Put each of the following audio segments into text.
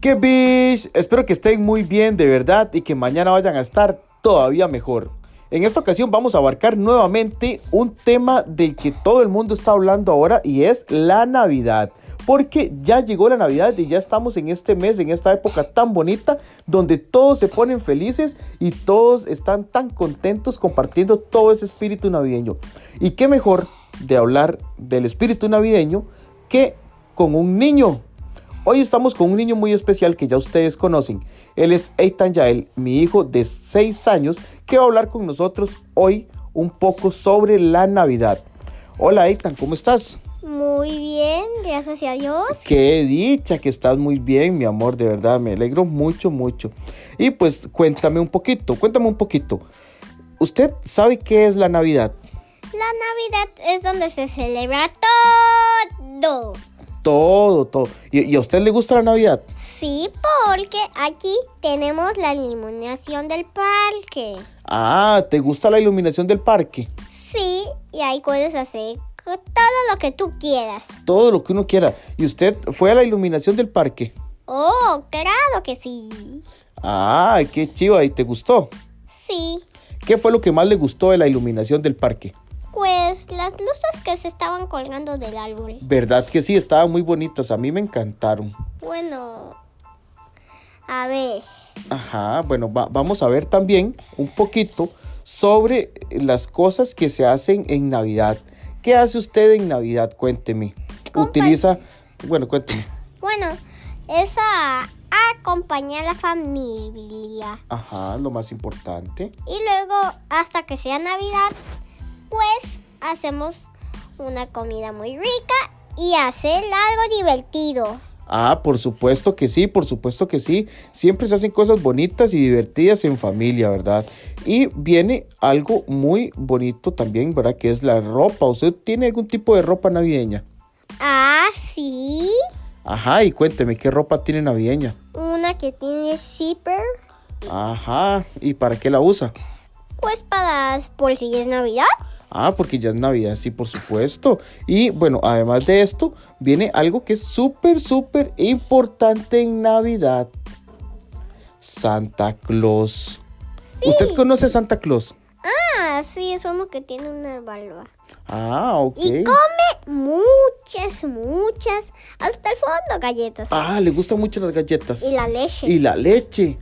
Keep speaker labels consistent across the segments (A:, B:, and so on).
A: ¿Qué bis? Espero que estén muy bien de verdad y que mañana vayan a estar todavía mejor. En esta ocasión vamos a abarcar nuevamente un tema del que todo el mundo está hablando ahora y es la Navidad. Porque ya llegó la Navidad y ya estamos en este mes, en esta época tan bonita, donde todos se ponen felices y todos están tan contentos compartiendo todo ese espíritu navideño. ¿Y qué mejor de hablar del espíritu navideño que con un niño? Hoy estamos con un niño muy especial que ya ustedes conocen. Él es Eitan Yael, mi hijo de 6 años, que va a hablar con nosotros hoy un poco sobre la Navidad. Hola Eitan, ¿cómo estás?
B: Muy bien, gracias a Dios.
A: Qué dicha que estás muy bien, mi amor, de verdad, me alegro mucho, mucho. Y pues cuéntame un poquito, cuéntame un poquito. ¿Usted sabe qué es la Navidad?
B: La Navidad es donde se celebra todo.
A: Todo, todo. ¿Y, y a usted le gusta la Navidad?
B: Sí, porque aquí tenemos la iluminación del parque.
A: Ah, ¿te gusta la iluminación del parque?
B: Sí, y ahí puedes hacer co- todo lo que tú quieras.
A: Todo lo que uno quiera. ¿Y usted fue a la iluminación del parque?
B: Oh, claro que sí.
A: Ah, qué chiva, ¿y te gustó?
B: Sí,
A: ¿Qué fue lo que más le gustó de la iluminación del parque?
B: pues las luces que se estaban colgando del árbol.
A: ¿Verdad que sí? Estaban muy bonitas, a mí me encantaron.
B: Bueno, a ver.
A: Ajá, bueno, va- vamos a ver también un poquito sobre las cosas que se hacen en Navidad. ¿Qué hace usted en Navidad? Cuénteme.
B: Compa-
A: Utiliza, bueno, cuénteme.
B: Bueno, es a acompañar a la familia.
A: Ajá, lo más importante.
B: Y luego, hasta que sea Navidad, pues hacemos una comida muy rica y hacer algo divertido.
A: Ah, por supuesto que sí, por supuesto que sí. Siempre se hacen cosas bonitas y divertidas en familia, ¿verdad? Y viene algo muy bonito también, ¿verdad? Que es la ropa. ¿Usted tiene algún tipo de ropa navideña?
B: Ah, sí.
A: Ajá, y cuénteme, ¿qué ropa tiene navideña?
B: Una que tiene zipper,
A: Ajá, ¿y para qué la usa?
B: pues para por si es Navidad.
A: Ah, porque ya es Navidad, sí, por supuesto. Y bueno, además de esto, viene algo que es súper, súper importante en Navidad. Santa Claus. ¿Usted conoce a Santa Claus?
B: Ah, sí, es uno que tiene una barba.
A: Ah, ok.
B: Y come muchas, muchas, hasta el fondo galletas.
A: Ah, le gustan mucho las galletas.
B: Y la leche.
A: Y la leche.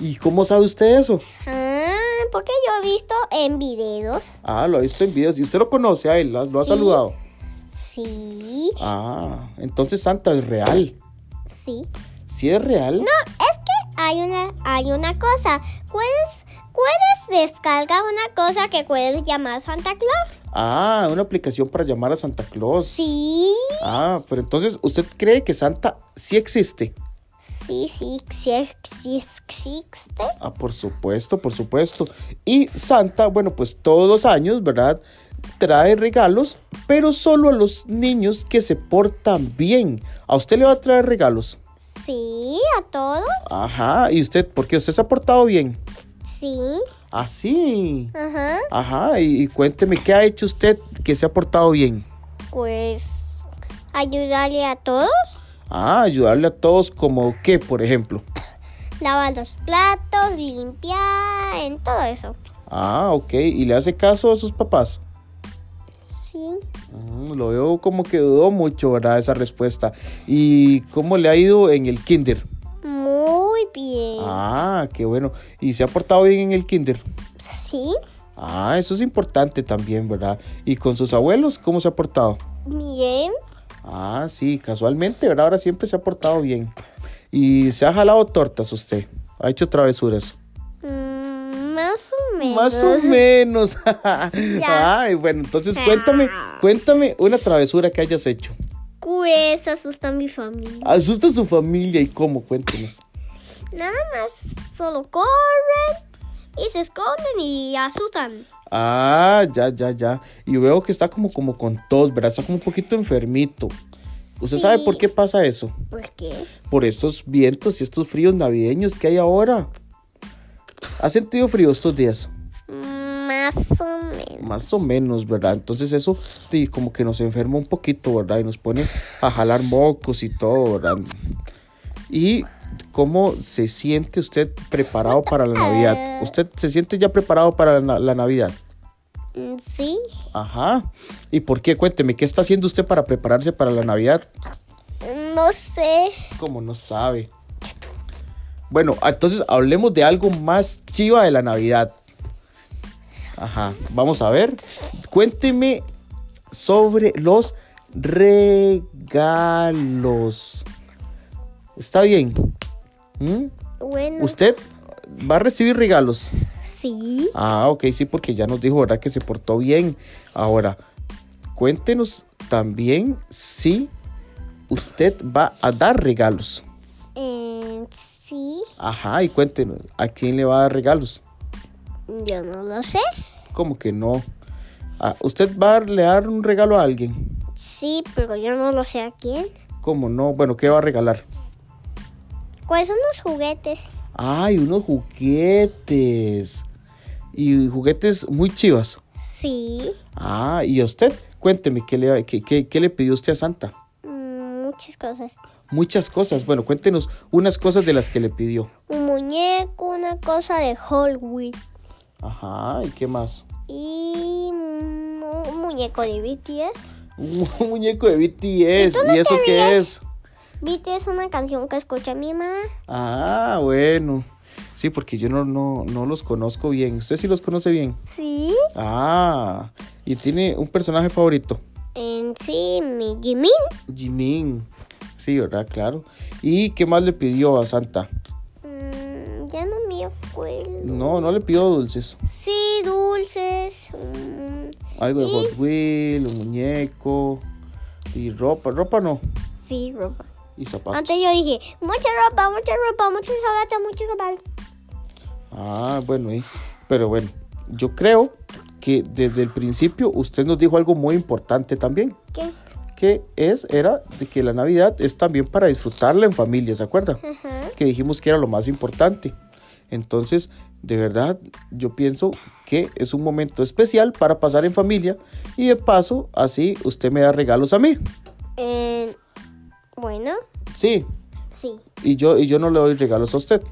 A: ¿Y cómo sabe usted eso?
B: Ah, porque yo he visto en videos.
A: Ah, lo ha visto en videos. ¿Y usted lo conoce a él? ¿Lo, lo ha
B: Sí.
A: saludado?
B: Sí,
A: Ah, entonces Santa es real.
B: sí.
A: ¿Sí es real?
B: No, es que hay una, hay una cosa. Puedes, puedes descargar una cosa que puedes llamar Santa Claus.
A: Ah, una aplicación para llamar a Santa Claus.
B: Sí,
A: Ah, pero entonces usted cree que Santa sí existe.
B: sí, sí, sí, sí, sí, existe.
A: Ah, por supuesto, por supuesto. Y Santa, bueno, pues todos los años, ¿verdad? Trae regalos, pero solo a los niños que se portan bien. ¿A usted le va a traer regalos?
B: Sí, a todos.
A: Ajá, ¿y usted? ¿Por qué usted se ha portado bien?
B: Sí,
A: Así.
B: ajá.
A: Ajá, y, y cuénteme, ¿qué ha hecho usted que se ha portado bien?
B: Pues ayudarle a todos.
A: Ah, ayudarle a todos como qué, por ejemplo.
B: Lavar los platos, limpiar, en todo eso.
A: Ah, ok, ¿y le hace caso a sus papás?
B: Sí.
A: Mm, Lo veo como que dudó mucho, ¿verdad? Esa respuesta. ¿Y cómo le ha ido en el kinder?
B: Muy bien.
A: Ah, qué bueno. ¿Y se ha portado bien en el kinder?
B: Sí.
A: Ah, eso es importante también, ¿verdad? ¿Y con sus abuelos cómo se ha portado?
B: Bien.
A: Ah, sí, casualmente, ¿verdad? Ahora siempre se ha portado bien. ¿Y se ha jalado tortas usted? ¿Ha hecho travesuras?
B: Mm, más o menos.
A: Más o menos.
B: Ya.
A: Ay, bueno, entonces cuéntame, cuéntame una travesura que hayas hecho.
B: Pues asusta a mi familia.
A: ¿Asusta a su familia y cómo? Cuéntenos.
B: Nada más solo corren y se esconden y asustan.
A: Ah, ya, ya, ya. Y veo que está como, como con tos, ¿verdad? Está como un poquito enfermito. ¿Usted
B: Sí.
A: sabe por qué pasa eso?
B: ¿Por qué?
A: Por estos vientos y estos fríos navideños que hay ahora. ¿Ha sentido frío estos días?
B: Mm, Más o menos.
A: Más o menos, ¿verdad? Entonces eso sí, como que nos enferma un poquito, ¿verdad? Y nos pone a jalar mocos y todo, ¿verdad? Y ¿Cómo se siente usted preparado para la Navidad? ¿Usted se siente ya preparado para la, la Navidad?
B: Mm, Sí,
A: Ajá. ¿Y por qué? Cuénteme, ¿qué está haciendo usted para prepararse para la Navidad?
B: no sé.
A: Como no sabe. Bueno, entonces hablemos de algo más chiva de la Navidad. Ajá, vamos a ver. Cuénteme sobre los regalos. ¿Está bien? ¿Mm?
B: Bueno,
A: ¿Usted va a recibir regalos?
B: sí.
A: Ah, ok, sí, porque ya nos dijo, ¿verdad? Que se portó bien. Ahora, cuéntenos también si usted va a dar regalos.
B: Eh, sí,
A: Ajá, y cuéntenos, ¿a quién le va a dar regalos?
B: yo no lo sé.
A: ¿Cómo que no? Ah, ¿Usted va a darle- dar un regalo a alguien?
B: Sí, pero yo no lo sé a quién.
A: ¿Cómo no? Bueno, ¿qué va a regalar?
B: ¿Cuáles son los juguetes?
A: ¡Ay, unos juguetes! Y juguetes muy chivas.
B: Sí,
A: Ah, y a usted, cuénteme, ¿qué le, qué- qué- qué le pidió usted a Santa?
B: mm, muchas cosas.
A: Muchas cosas. Bueno, cuéntenos unas cosas de las que le pidió.
B: Un muñeco, una cosa de Hollywood
A: Ajá, ¿y qué más?
B: y mm, un muñeco de BTS.
A: Un muñeco de BTS.
B: ¿Y tú no
A: ¿Y eso
B: te
A: qué
B: ríes?
A: es?
B: BTS es una canción que escucha mi mamá.
A: Ah, bueno. Sí, porque yo no, no, no los conozco bien. ¿Usted sí los conoce bien?
B: Sí,
A: Ah, y tiene un personaje favorito.
B: en sí, mi Jimin.
A: Jimin. Sí, ¿verdad? Claro. ¿Y qué más le pidió a Santa?
B: Mm, ya no me acuerdo.
A: No, no le pidió dulces.
B: Sí, dulces. mm,
A: Algo de
B: ¿Y?
A: Hot Wheels, un muñeco. Y ropa, ropa no.
B: sí, ropa.
A: Y zapatos.
B: Antes yo dije, mucha ropa, mucha ropa, muchos zapatos, muchos zapatos.
A: Ah, bueno, y- pero bueno, yo creo que desde el principio usted nos dijo algo muy importante también,
B: ¿Qué?
A: que es, era de que la Navidad es también para disfrutarla en familia, ¿se acuerda?
B: Ajá.
A: Que dijimos que era lo más importante. Entonces, de verdad, yo pienso que es un momento especial para pasar en familia y de paso, así usted me da regalos a mí.
B: Eh, bueno,
A: Sí,
B: sí,
A: y yo, y yo no le doy regalos a usted.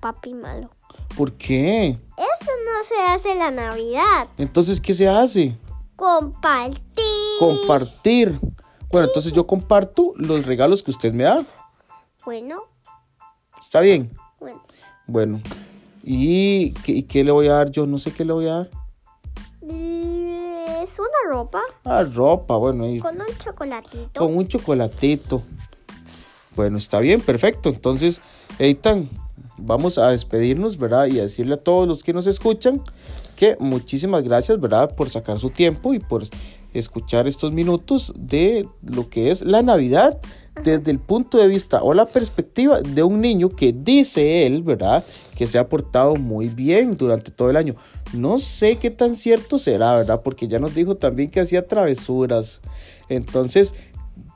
B: papi malo.
A: ¿Por qué?
B: Eso no se hace la Navidad.
A: Entonces, ¿qué se hace?
B: Compartir.
A: Compartir. Bueno, entonces yo comparto los regalos que usted me da.
B: bueno,
A: ¿Está bien?
B: bueno,
A: Bueno. ¿Y qué, y qué le voy a dar yo? No sé qué le voy a dar.
B: es una ropa
A: Ah, ropa, bueno. Y
B: con un chocolatito.
A: con un chocolatito. Bueno, está bien, perfecto. Entonces, Eitan, vamos a despedirnos, ¿verdad? Y a decirle a todos los que nos escuchan que muchísimas gracias, ¿verdad? Por sacar su tiempo y por escuchar estos minutos de lo que es la Navidad desde el punto de vista o la perspectiva de un niño que dice él, ¿verdad? Que se ha portado muy bien durante todo el año. No sé qué tan cierto será, ¿verdad? Porque ya nos dijo también que hacía travesuras. Entonces,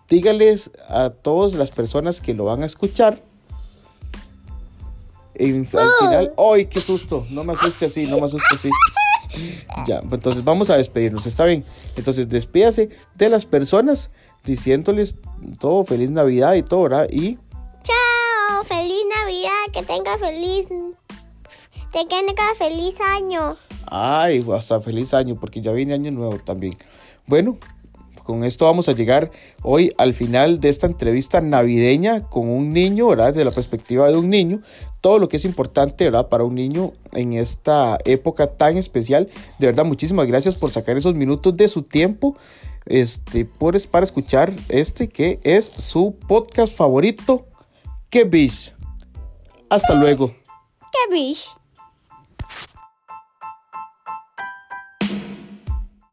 A: dígales a todas las personas que lo van a escuchar. en- al final, ¡ay, qué susto! No me asuste así, no me asuste así. Ya, entonces vamos a despedirnos, ¿está bien? Entonces despídase de las personas diciéndoles todo, feliz Navidad y todo, ¿verdad? Y
B: Chao, feliz Navidad, que tenga feliz, que tenga feliz año.
A: Ay, hasta feliz año, porque ya viene año nuevo también. Bueno, con esto vamos a llegar hoy al final de esta entrevista navideña con un niño, ¿verdad? Desde la perspectiva de un niño, todo lo que es importante, ¿verdad? Para un niño en esta época tan especial. De verdad, muchísimas gracias por sacar esos minutos de su tiempo. Este, por, es- para escuchar este que es su podcast favorito, Que Bish. Hasta luego.
B: Qué bish.